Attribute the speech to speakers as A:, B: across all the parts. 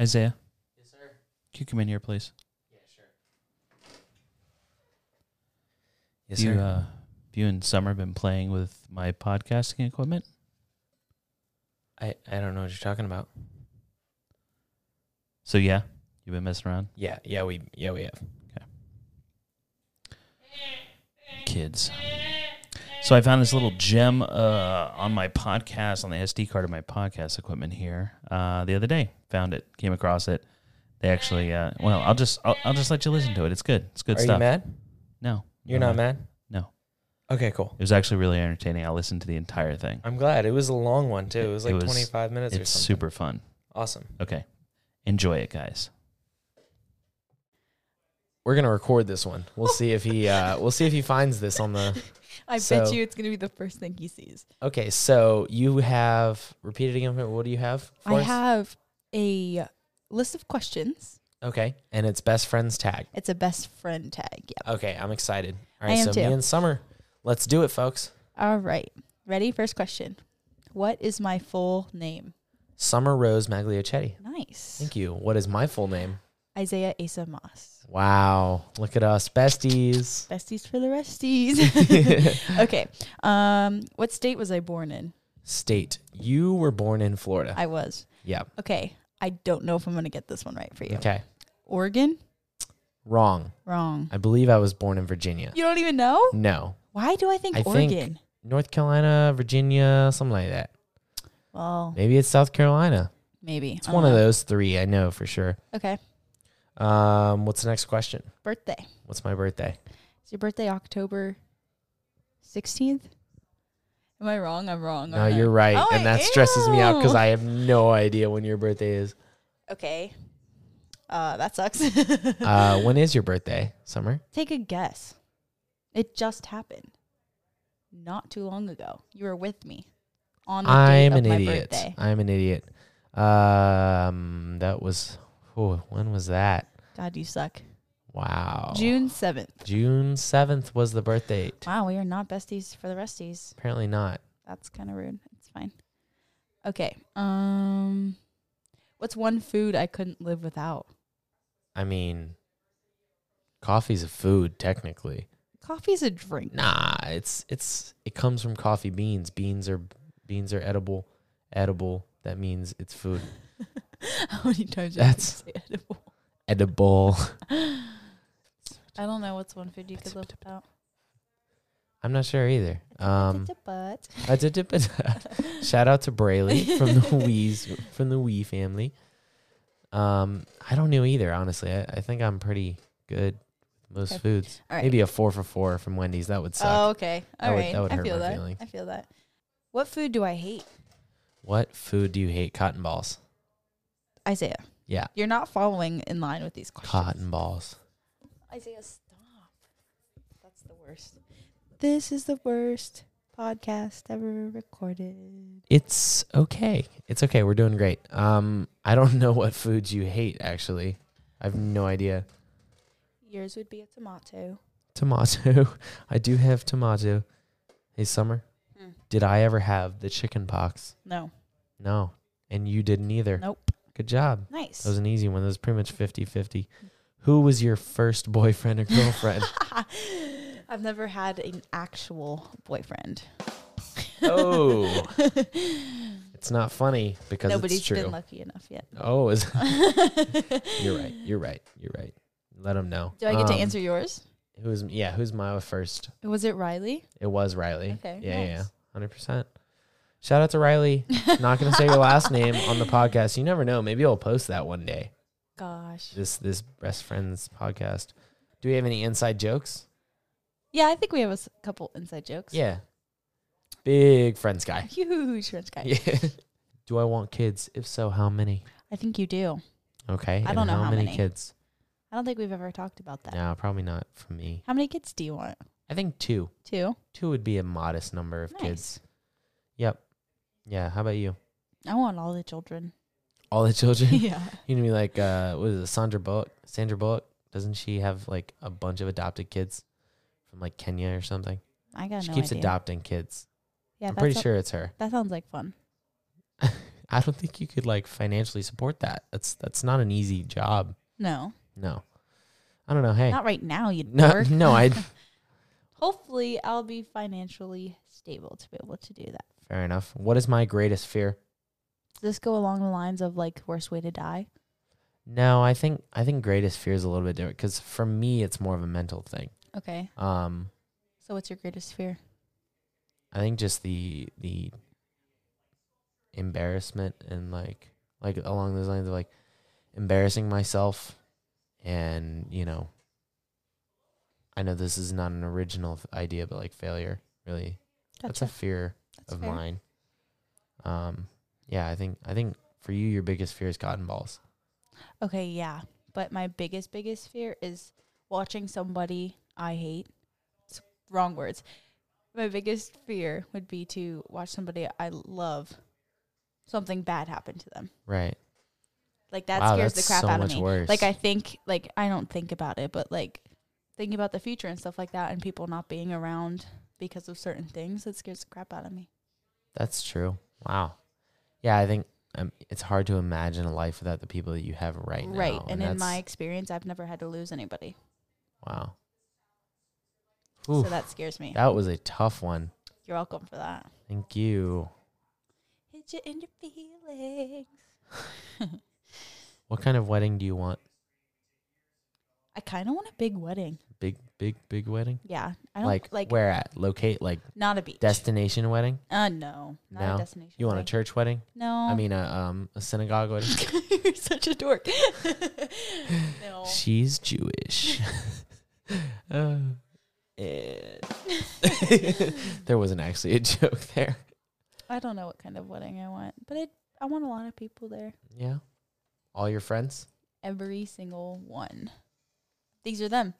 A: Isaiah,
B: Yes, sir.
A: can you come in here, please?
B: Yeah, sure. Yes,
A: you,
B: sir.
A: Uh, you and Summer been playing with my podcasting equipment?
B: I, I don't know what you're talking about.
A: So yeah, you've been messing around,
B: Yeah, yeah, we yeah we have.
A: kids. So I found this little gem uh, on my podcast, on the SD card of my podcast equipment here uh, the other day. Found it, came across it. They actually, uh, well, I'll just, I'll, I'll just let you listen to it. It's good. It's good
B: Are
A: stuff.
B: you mad?
A: No,
B: You're
A: no,
B: not mad?
A: No.
B: Okay, cool.
A: It was actually really entertaining. I listened to the entire thing.
B: I'm glad. It was a long one too. It was
A: It
B: like
A: was-
B: 25 minutes or
A: It's
B: something.
A: super fun.
B: awesome.
A: Okay, enjoy it, guys.
B: We're gonna record this one. We'll see if he uh, we'll see if he finds this on the.
C: I
B: So-
C: bet you it's going to be the first thing he sees.
B: Okay, so you have repeat it again. for me. What do you have? For
C: I
B: us?
C: have a list of questions.
B: Okay, and it's best friends tag.
C: It's a best friend tag. Yep.
B: Okay, I'm excited. All
C: I
B: right,
C: am
B: so
C: too.
B: me and Summer, let's do it, folks.
C: All right. Ready? First question. What is my full name?
B: Summer Rose Magliacetti.
C: Nice.
B: Thank you. What is my full name?
C: Isaiah Asa Moss.
B: Wow, look at us, besties.
C: Besties for the resties. okay. Um, what state was I born in?
B: State, you were born in Florida.
C: I was.
B: yeah.
C: Okay. I don't know if I'm going to get this one right for you.
B: Okay.
C: Oregon?
B: Wrong.
C: Wrong.
B: I believe I was born in Virginia.
C: You don't even know?
B: No.
C: Why do I think
B: Mm. I
C: Oregon?
B: think- North Carolina, Virginia, something like that.
C: well,
B: Maybe it's South Carolina.
C: maybe.
B: It's
C: I
B: one
C: don't
B: of
C: know.
B: those three. I know for sure.
C: Okay.
B: Um, what's the next question?
C: Birthday.
B: What's my birthday?
C: Is your birthday October 16th? Am I wrong? I'm wrong.
B: No,
C: aren't I?
B: you're right,
C: Oh,
B: and that stresses me out because
C: ew.
B: I have no idea when your birthday is.
C: Okay. Uh, that sucks.
B: Uh, when is your birthday, Summer?
C: Take a guess. It just happened. Not too long ago. You were with me on the
B: I'm
C: date of
B: an
C: my
B: idiot.
C: birthday.
B: I'm an idiot. Um, that was. Oh, when was that?
C: God, you suck.
B: Wow.
C: June 7th.
B: June seventh was the birth date.
C: Wow, we are not besties for the resties.
B: Apparently not.
C: That's kind of rude. It's fine. Okay. Um, what's one food I couldn't live without?
B: I mean, coffee's a food technically.
C: Coffee's a drink.
B: Nah, it's it's it comes from coffee beans. Beans are beans are edible. Edible. That means it's food.
C: How many times do you have to say edible?
B: Edible.
C: I don't know what's one food you could live without.
B: I'm not sure either. Um,
C: but
B: I did it, but shout out to Brayley from the Wee's from the Wee family. Um, I don't know either, honestly. I, I think I'm pretty good with most
C: Okay.
B: foods.
C: All right.
B: Maybe a four for four from Wendy's. That would suck.
C: oh, okay.
B: That
C: All
B: would-
C: right.
B: that would
C: I
B: hurt
C: feel
B: my
C: that.
B: feelings.
C: I feel that. What food do I hate?
B: What food do you hate? Cotton balls.
C: Isaiah.
B: Yeah.
C: You're not following in line with these questions.
B: Cotton balls.
C: Isaiah, stop. That's the worst. This is the worst podcast ever recorded.
B: It's okay. It's okay. We're doing great. Um, I don't know what foods you hate actually. I have no idea.
C: Yours would be a tomato.
B: Tomato. I do have tomato. Hey, Summer.
C: Hmm.
B: Did I ever have the chicken pox?
C: No.
B: No. And you didn't either.
C: Nope.
B: Good job.
C: Nice.
B: That was an easy one. That was pretty much 50 50. Who was your first boyfriend or girlfriend?
C: I've never had an actual boyfriend.
B: oh, it's not funny because
C: Nobody's
B: it's true.
C: been lucky enough yet.
B: oh, is, you're right. You're right. You're right. Let them know.
C: Do I get to
B: Um,
C: answer yours?
B: Who's yeah? Who's my first?
C: Was it Riley?
B: It was Riley.
C: Okay,
B: Yeah, yeah,
C: nice.
B: hundred percent. Shout out to Riley. Not gonna say your last name on the podcast. You never know. Maybe I'll post that one day.
C: Gosh.
B: This this best friends podcast. Do we have any inside jokes?
C: Yeah, I think we have a s- couple inside jokes.
B: Yeah. Big friends guy.
C: Huge French guy.
B: Yeah. Do I want kids? If so, how many?
C: I think you do.
B: Okay.
C: I
B: and
C: don't know how many.
B: kids.
C: I don't think we've ever talked about that.
B: No, probably not for me.
C: How many kids do you want?
B: I think two.
C: Two.
B: Two would be a modest number of kids. Yep. Yeah. How about you?
C: I want all the children.
B: All the children.
C: yeah.
B: You know, be like, uh, what is it, Sandra Bullock? Sandra Bullock, doesn't she have like a bunch of adopted kids from like Kenya or something?
C: I got
B: she
C: no
B: keeps
C: idea.
B: adopting kids.
C: Yeah,
B: I'm
C: that
B: pretty
C: sou-
B: sure it's her.
C: That sounds like fun.
B: I don't think you could like financially support that. That's that's not an easy job.
C: No,
B: No, I don't know. Hey,
C: not right now. You'd
B: no,
C: work.
B: no, I.
C: Hopefully, I'll be financially stable to be able to do that.
B: Fair enough. What is my greatest fear?
C: Does this go along the lines of like worst way to die?
B: No, I think I think greatest fear is a little bit different because for me it's more of a mental thing.
C: Okay.
B: Um,
C: So, what's your greatest fear?
B: I think just the the embarrassment and like like along those lines of like embarrassing myself and you know I know this is not an original f- idea but like failure really that's a fear
C: That's
B: of
C: fair.
B: mine. Um, yeah, I think I think for you your biggest fear is cotton balls.
C: Okay, yeah. But my biggest, biggest fear is watching somebody I hate. It's wrong words. My biggest fear would be to watch somebody I love something bad happen to them.
B: Right.
C: Like that
B: wow,
C: scares
B: that's
C: the crap
B: so
C: out
B: much
C: of me.
B: worse.
C: Like I think like I don't think about it, but like thinking about the future and stuff like that and people not being around because of certain things, it scares the crap out of me.
B: That's true. Wow. Yeah, I think um, it's hard to imagine a life without the people that you have right now.
C: right. And, in
B: that's-
C: my experience I've never had to lose anybody.
B: wow, Oof.
C: So that scares me.
B: that was a tough one.
C: You're welcome for that.
B: Thank you.
C: Hit you in your feelings.
B: What kind of wedding do you want?
C: I kind of want a big wedding.
B: Big, big, big wedding.
C: Yeah, I don't
B: Like,
C: like,
B: where at? Locate like
C: not a beach.
B: destination wedding.
C: uh, no, not
B: No?
C: a destination.
B: You want a
C: wedding.
B: church wedding?
C: No,
B: I mean, a um, a synagogue wedding.
C: you're such a dork. no,
B: She's Jewish. uh, eh. there wasn't actually a joke there.
C: I don't know what kind of wedding I want, but it, I want a lot of people there.
B: Yeah. All your friends?
C: Every single one. These are them.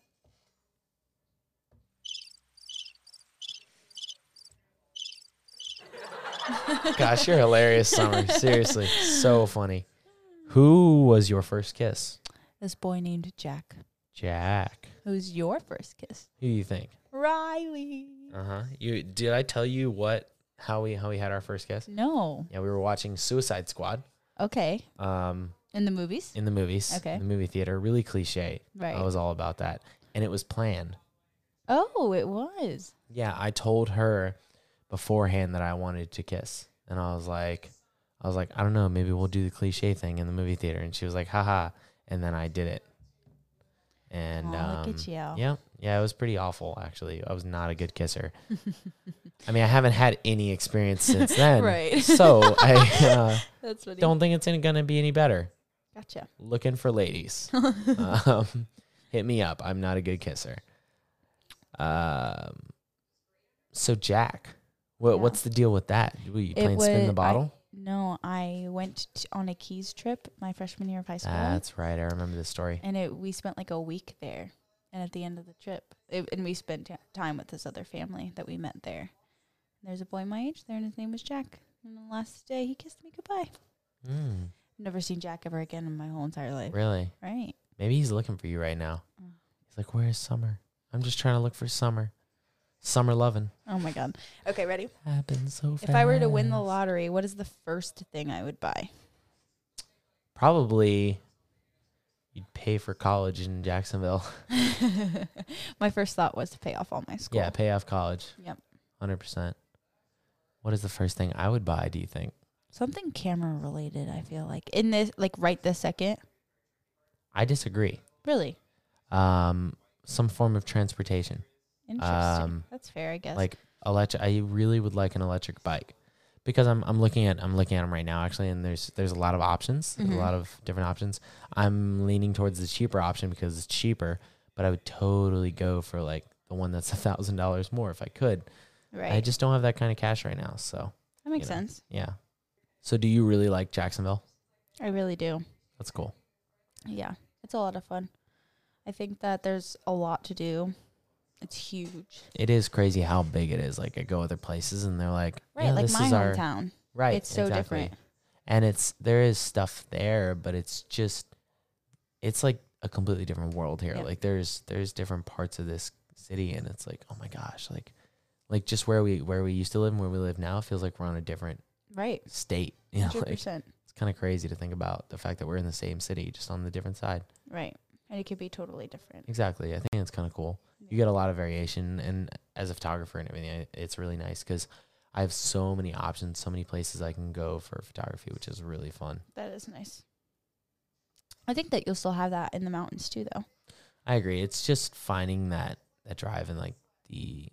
B: Gosh, you're hilarious, Summer. Seriously, so funny. Who was your first kiss?
C: This boy named Jack.
B: Jack.
C: Who's your first kiss?
B: Who do you think?
C: Riley.
B: Uh huh. You did I tell you what how we how we had our first kiss?
C: No.
B: Yeah, we were watching Suicide Squad.
C: Okay.
B: Um,
C: In the movies.
B: in the movies,
C: Okay.
B: in the movie theater, really cliche.
C: Right.
B: I was all about that, and it was planned.
C: oh, it was.
B: Yeah, I told her beforehand that I wanted to kiss. And I was like, I was like, I don't know, maybe we'll do the cliche thing in the movie theater. And she was like, haha. And then I did it. And
C: Aw, look
B: um,
C: at you.
B: yeah, yeah, it was pretty awful actually. I was not a good kisser. I mean, I haven't had any experience since then.
C: Right.
B: So I uh,
C: That's what.
B: don't think it's going to be any better.
C: Gotcha.
B: Looking for ladies. um, hit me up. I'm not a good kisser. Um, so Jack, what
C: Yeah.
B: what's the deal with that? Were you
C: It
B: playing spin the
C: wa- I-
B: bottle?
C: No, I went t- on a Keys trip my freshman year of high school,
B: That's right. I remember this story.
C: and it we spent like a week there. And at the end of the trip, it, and we spent t- time with this other family that we met there. There's a boy my age there, and his name was Jack. And the last day, he kissed me goodbye.
B: Mm,
C: Never seen Jack ever again in my whole entire life.
B: Hmm, really?
C: Right?
B: Maybe he's looking for you right now.
C: Mm.
B: He's like, "Where is Summer? I'm just trying to look for Summer. Summer loving
C: Oh my god. Okay, ready?
B: happens so fast."
C: If I were to win the lottery, what is the first thing I would buy?
B: probably you'd pay for college in Jacksonville.
C: my first thought was to pay off all my school.
B: yeah, pay off college.
C: Yep.
B: hundred percent. What is the first thing I would buy? Do you think?
C: Something camera related, I feel like. In this like right this second.
B: I disagree.
C: Really?
B: Um, some form of transportation,
C: Interesting.
B: Um,
C: That's fair, I guess.
B: like electric. I really would like an electric bike because I'm I'm looking at I'm looking at them right now actually, and there's there's a lot of options, there's
C: Mhm.
B: a lot of different options. I'm leaning towards the cheaper option because it's cheaper, but I would totally go for like the one that's a thousand dollars more if I could.
C: right.
B: I just don't have that kind of cash right now, so
C: that makes
B: you know.
C: sense.
B: yeah. So do you really like Jacksonville?
C: I really do.
B: That's cool.
C: Yeah. It's a lot of fun. I think that there's a lot to do. It's huge.
B: It is crazy how big it is. Like I go other places and they're like,
C: Right,
B: yeah,
C: like
B: this
C: my
B: is our
C: hometown.
B: right.
C: it's so
B: exactly.
C: different.
B: and it's there is stuff there but it's just it's like a completely different world here
C: Yep.
B: like there's there's different parts of this city and it's like oh my gosh like like just where we where we used to live and where we live now feels like we're on a different
C: Right.
B: state. You know, like,
C: 100%.
B: it's kind of crazy to think about the fact that we're in the same city, just on the different side.
C: Right. And it could be totally different.
B: Exactly. I think that's kind of cool. You get a lot of variation, and as a photographer and everything, I- it's really nice because I have so many options, so many places I can go for photography, which is really fun.
C: That is nice. I think that you'll still have that in the mountains too, though.
B: I agree. It's just finding that that drive and like the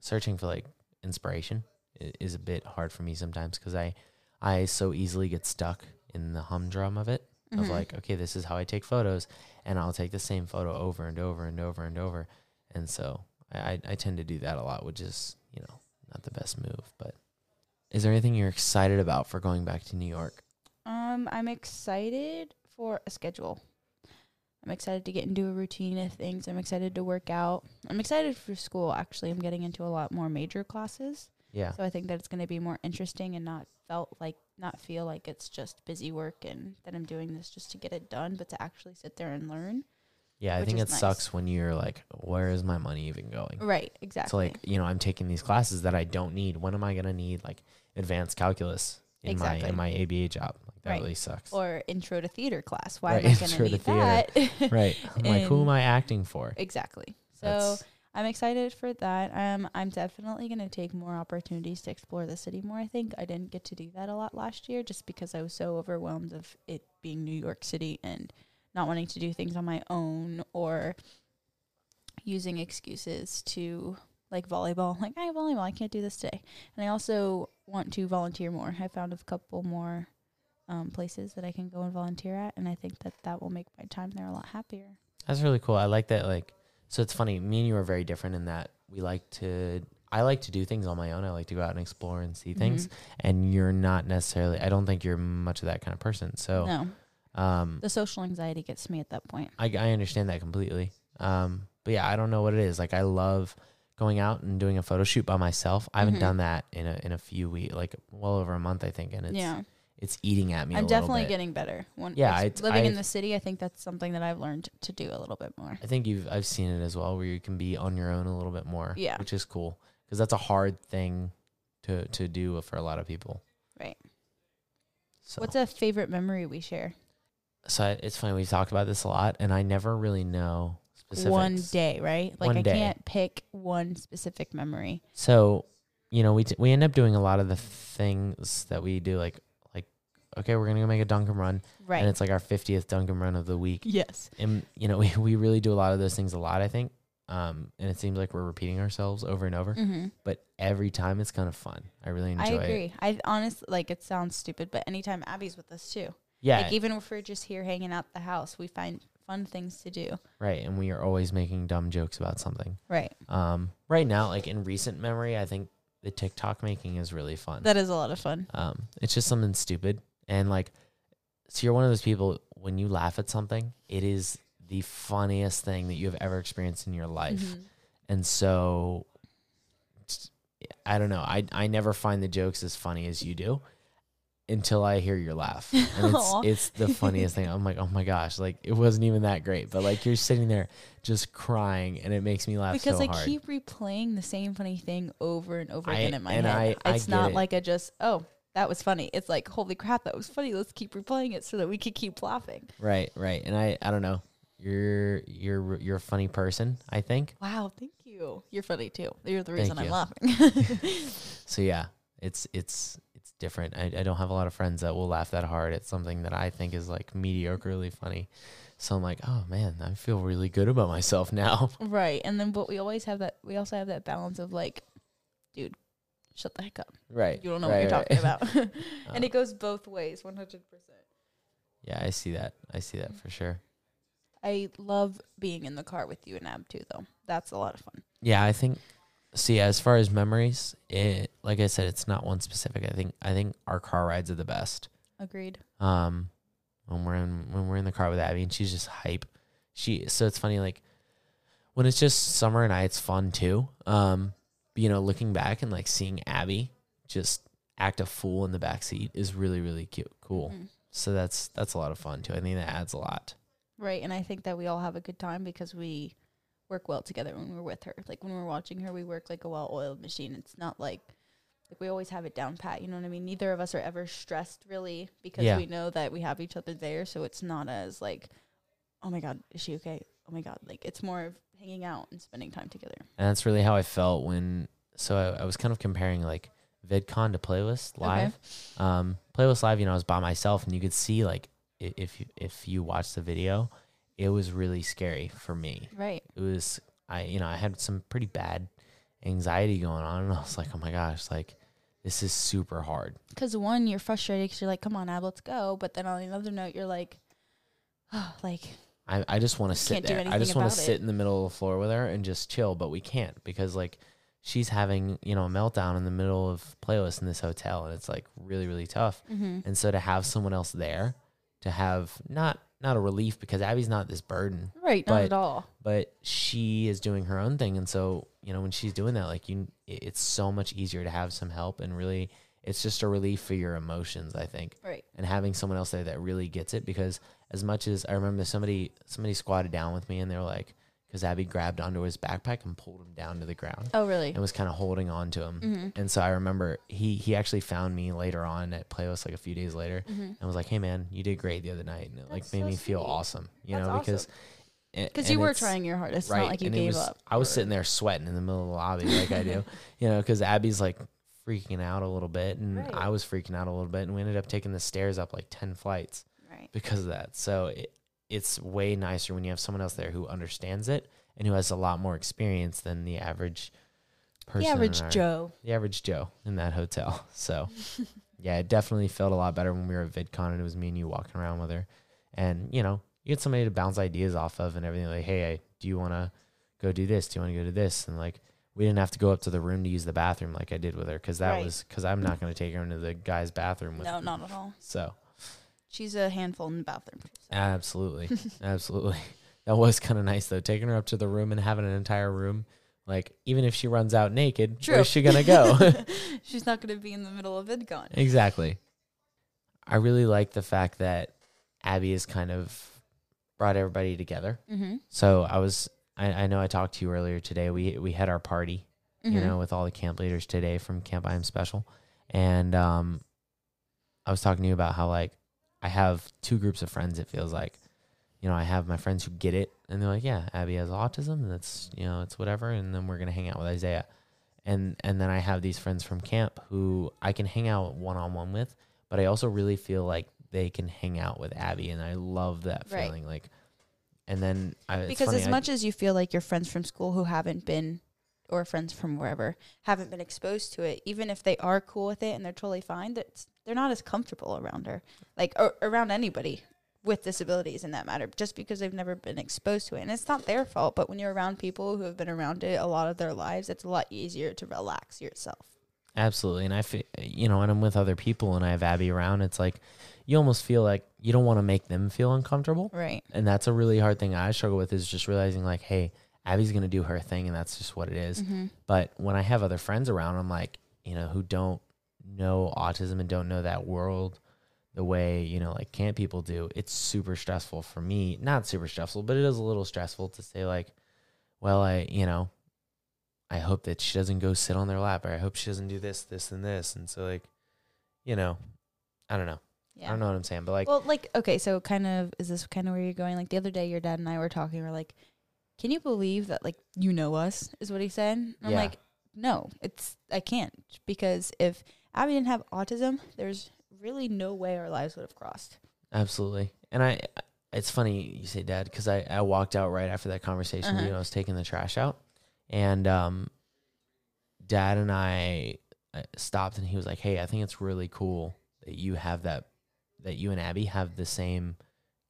B: searching for like inspiration i- is a bit hard for me sometimes because I I so easily get stuck in the humdrum of it of
C: Mhm.
B: like okay this is how I take photos and I'll take the same photo over and over and over and over and so I I- I tend to do that a lot which is you know not the best move but is there anything you're excited about for going back to New York?
C: Um, I'm excited for a schedule. I'm excited to get into a routine of things. I'm excited to work out. I'm excited for school. Actually, I'm getting into a lot more major classes,
B: Yeah.
C: so I think that it's going to be more interesting and not felt like not feel like it's just busy work and that I'm doing this just to get it done, but to actually sit there and learn.
B: Yeah, I
C: which
B: think
C: is
B: it
C: nice.
B: sucks when you're like where is my money even going?
C: Right. Exactly.
B: So like, you know, I'm taking these classes that I don't need. When am I gonna need like advanced calculus in my
C: Exactly.
B: in my ABA job? Like that
C: Right.
B: really sucks.
C: or intro to theater class. Why
B: Right,
C: am I going to
B: intro to
C: need that?
B: right. I'm like, who am
C: And-
B: I acting for?
C: exactly. So
B: That's-
C: I'm excited for that. Um, I'm definitely going to take more opportunities to explore the city more. I think I didn't get to do that a lot last year just because I was so overwhelmed of it being New York City and not wanting to do things on my own or using excuses to like volleyball. Like I have volleyball, I can't do this today. And I also want to volunteer more. I found a couple more um, places that I can go and volunteer at, and I think that that will make my time there a lot happier.
B: That's really cool. I like that. Like, so it's funny. Me and you are very different in that we like to. I like to do things on my own. I like to go out and explore and see things.
C: Mhm.
B: And you're not necessarily. I don't think you're much of that kind of person. So,
C: No,
B: um,
C: the social anxiety gets me at that point.
B: I, I understand that completely. Um, but yeah, I don't know what it is. Like I love going out and doing a photo shoot by myself. I haven't
C: Mhm.
B: done that in a in a few weeks, like well over a month, I think, and it's
C: yeah,
B: it's eating at me. a
C: I'm
B: little
C: definitely
B: bit.
C: getting better. When
B: Yeah,
C: yeah,
B: it's-
C: living in
B: I-
C: the city, I think that's something that I've learned to do a little bit more.
B: I think you've I've seen it as well, where you can be on your own a little bit more.
C: Yeah.
B: which is cool because that's a hard thing to to do for a lot of people.
C: Right.
B: So
C: What's a favorite memory we share?
B: so I- it's funny we've talked about this a lot, and I never really know specifics.
C: One day, right? Like
B: One
C: I
B: day.
C: can't pick one specific memory.
B: So, you know, we t- we end up doing a lot of the things that we do, like like okay, we're gonna go make a Dunkin' Run,
C: Right.
B: and it's like our fiftieth Dunkin' Run of the week,
C: yes.
B: and you know, we we really do a lot of those things a lot, I think. Um, and it seems like we're repeating ourselves over and over,
C: Mm-hmm.
B: but every time it's kind of fun. I really
C: I
B: enjoy it.
C: agree. I honestly like it sounds stupid, but anytime Abby's with us too,
B: Yeah,
C: like even if we're just here hanging out the house, we find fun things to do.
B: right. And we are always making dumb jokes about something.
C: Right.
B: Um, right now, like in recent memory, I think the TikTok making is really fun.
C: That is a lot of fun.
B: Um, it's just something stupid. And like, so you're one of those people when you laugh at something, it is the funniest thing that you have ever experienced in your life.
C: Mhm.
B: And so, it's- I don't know. I I never find the jokes as funny as you do until I hear your laugh. And it's
C: Aw.
B: it's the funniest thing. I'm like, oh my gosh, like it wasn't even that great, but like you're sitting there just crying, and it makes me laugh
C: Because
B: so
C: I
B: hard.
C: keep replaying the same funny thing over and over
B: I-
C: again in my
B: and
C: head.
B: I- I
C: it's
B: get
C: not
B: it.
C: like I just, oh, that was funny. It's like, holy crap, that was funny. Let's keep replaying it so that we could keep laughing.
B: right, right. And I I don't know. You're you're you're a funny person. I think.
C: Wow, thank you. You're funny too. You're the
B: Thank
C: reason I'm
B: you.
C: laughing.
B: So yeah, it's it's it's different. I, I don't have a lot of friends that will laugh that hard at something that I think is like mediocrely funny. So I'm like, oh man, I feel really good about myself now.
C: Right. And then but we always have that we also have that balance of like, dude, shut the heck up.
B: Right. Uh.
C: You don't know what you're talking about. and it goes both ways, one hundred percent.
B: Yeah, I see that. I see that for sure.
C: I love being in the car with you and Ab too though. That's a lot of fun.
B: Yeah, I think. See, as far as memories, it like I said, it's not one specific. I think I think our car rides are the best.
C: Agreed.
B: um when we're in when we're in the car with Abby and she's just hype. She so it's funny like when it's just summer and I it's fun too. Um you know, looking back and like seeing Abby just act a fool in the back seat is really really cute cool.
C: Mhm.
B: So that's that's a lot of fun too. I think that adds a lot.
C: Right. And I think that we all have a good time because we work well together when we're with her. Like when we're watching her, we work like a well oiled machine. It's not like like we always have it down pat. You know what I mean? Neither of us are ever stressed really because
B: Yeah.
C: we know that we have each other there. So it's not as like, oh my god, is she okay? Oh my god, like it's more of hanging out and spending time together.
B: And that's really how I felt when. So I, I was kind of comparing like VidCon to Playlist Live. Um, Playlist Live, you know, I was by myself, and you could see like i- if you, if you watch the video, it was really scary for me.
C: Right.
B: It was I, you know, I had some pretty bad anxiety going on, and I was like, oh my gosh, like this is super hard.
C: Because one, you're frustrated because you're like, come on, Ab, let's go. But then on another note, you're like, oh, like
B: I, I just want to sit
C: can't do
B: there. I
C: anything
B: just want
C: about
B: to sit
C: it.
B: in the middle of the floor with her and just chill, but we can't because like she's having, you know, a meltdown in the middle of playlist in this hotel and it's like really, really tough.
C: Mm-hmm.
B: And so to have someone else there, to have not not a relief because Abby's not this burden,
C: right, not
B: But-
C: at all.
B: but she is doing her own thing and so, you know, when she's doing that like you it- it's so much easier to have some help and really it's just a relief for your emotions, I think
C: Right.
B: and having someone else there that really gets it because as much as I remember somebody somebody squatted down with me and they were like because Abby grabbed onto his backpack and pulled him down to the ground
C: Oh, really?
B: and was kind of holding on to him
C: Mm-hmm.
B: and so I remember he he actually found me later on at Playlist like a few days later and was like hey man you did great the other night and it like
C: Mm-hmm. That's
B: made
C: so
B: me feel
C: sweet.
B: awesome you
C: That's
B: know because
C: awesome.
B: and-
C: Because
B: and
C: you were
B: it's-
C: trying your hardest. It's not like you
B: it
C: gave
B: was,
C: up.
B: I was
C: or-
B: sitting there sweating in the middle of the lobby like I do, you know, because Abby's like freaking out a little bit and
C: Right.
B: I was freaking out a little bit and we ended up taking the stairs up like 10 flights
C: Right.
B: because of that. So it, it's way nicer when you have someone else there who understands it and who has a lot more experience than the average person.
C: The
B: in
C: average
B: our-
C: Joe.
B: The average Joe in that hotel. So yeah, it definitely felt a lot better when we were at VidCon and it was me and you walking around with her. And, you know, you get somebody to bounce ideas off of and everything like, hey, I, do you want to go do this? Do you want to go to this? And like, we didn't have to go up to the room to use the bathroom like I did with her because that
C: Right.
B: was because I'm not going to take her into the guy's bathroom with
C: No, not at all.
B: So
C: She's a handful in the bathroom.
B: absolutely, absolutely. That was kind of nice though, taking her up to the room and having an entire room. Like, even if she runs out naked,
C: True.
B: where's she going to go?
C: She's not going to be in the middle of VidCon.
B: Exactly. I really like the fact that Abby has kind of brought everybody together.
C: Mm-hmm.
B: So I was, I, I know I talked to you earlier today. We we had our party,
C: Mm-hmm.
B: you know, with all the camp leaders today from Camp I Am Special, and um, I was talking to you about how like I have two groups of friends. It feels like, you know, I have my friends who get it, and they're like, yeah, Abby has autism, and that's you know, it's whatever, and then we're gonna hang out with Isaiah, and and then I have these friends from camp who I can hang out one on one with, but I also really feel like they can hang out with Abby, and I love that
C: Right.
B: feeling, like. And then I, it's
C: because
B: funny,
C: as
B: I-
C: much as you feel like your friends from school who haven't been or friends from wherever haven't been exposed to it even if they are cool with it and they're totally fine that's they're not as comfortable around her like or around anybody with disabilities in that matter just because they've never been exposed to it and it's not their fault but when you're around people who have been around it a lot of their lives it's a lot easier to relax yourself
B: Absolutely. And I feel, you know, and I'm with other people and I have Abby around, it's like you almost feel like you don't want to make them feel uncomfortable.
C: right
B: And that's a really hard thing I struggle with is just realizing, like, hey, Abby's going to do her thing and that's just what it is. But when I have other friends around, I'm like, you know, who don't know autism and don't know that world the way, you know, like camp people do, it's super stressful for me. Not super stressful, but it is a little stressful to say, like, well, I, you know, I hope that she doesn't go sit on their lap or I hope she doesn't do this, this, and this. And so, like, you know, I don't know.
C: yeah
B: I don't know what I'm saying, but like,
C: well, like, okay, so kind of is this kind of where you're going? Like the other day, your dad and I were talking. We're like, "Can you believe that? Like, you know us?" Is what he said. And I'm
B: Yeah.
C: like, "No, it's I can't because if Abby didn't have autism, there's really no way our lives would have crossed."
B: Absolutely. And I, it's funny you say dad because I, I walked out right after that conversation. with
C: Uh-huh.
B: You know, I was taking the trash out, and um, dad and I uh, stopped, and he was like, "Hey, I think it's really cool that you have that, that you and Abby have the same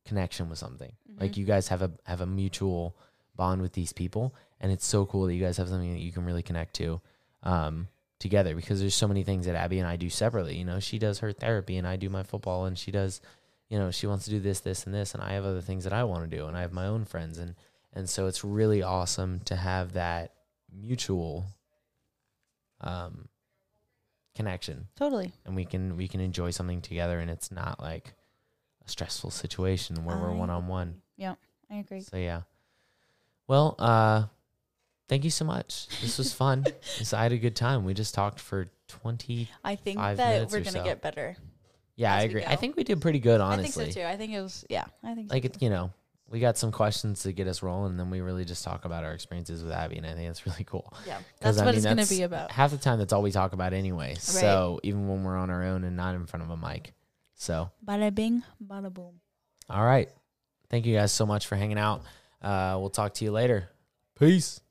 B: connection with something.
C: Mm-hmm.
B: Like you guys have a have a mutual bond with these people, and it's so cool that you guys have something that you can really connect to." Um, together because there's so many things that Abby and I do separately. You know, she does her therapy and I do my football and she does, you know, she wants to do this, this and this and I have other things that I want to do and I have my own friends and and so it's really awesome to have that mutual um connection
C: Totally.
B: and we can we can enjoy something together and it's not like a stressful situation where we're
C: I-
B: one on one.
C: Yeah, I agree.
B: So yeah. Well, uh Thank you so much. This was fun. This- I had a good time. We just talked for 20.
C: I think
B: Five
C: that
B: minutes
C: we're
B: or
C: gonna
B: so.
C: get better.
B: Yeah,
C: As
B: I
C: we
B: agree. I
C: go.
B: think we did pretty good, honestly.
C: I think so too. I think it was yeah. I think so
B: Like,
C: too.
B: it, you know, we got some questions to get us rolling, and then we really just talk about our experiences with Abby, and I think that's really cool.
C: yeah.
B: 'Cause,
C: That's
B: I
C: what
B: mean,
C: it's gonna
B: that's-
C: be about.
B: Half the time, that's all we talk about anyway. So even when we're on our own and not in front of a mic. So,
C: Bada bing, bada boom.
B: all right. Thank you guys so much for hanging out. Uh, we'll talk to you later. Peace.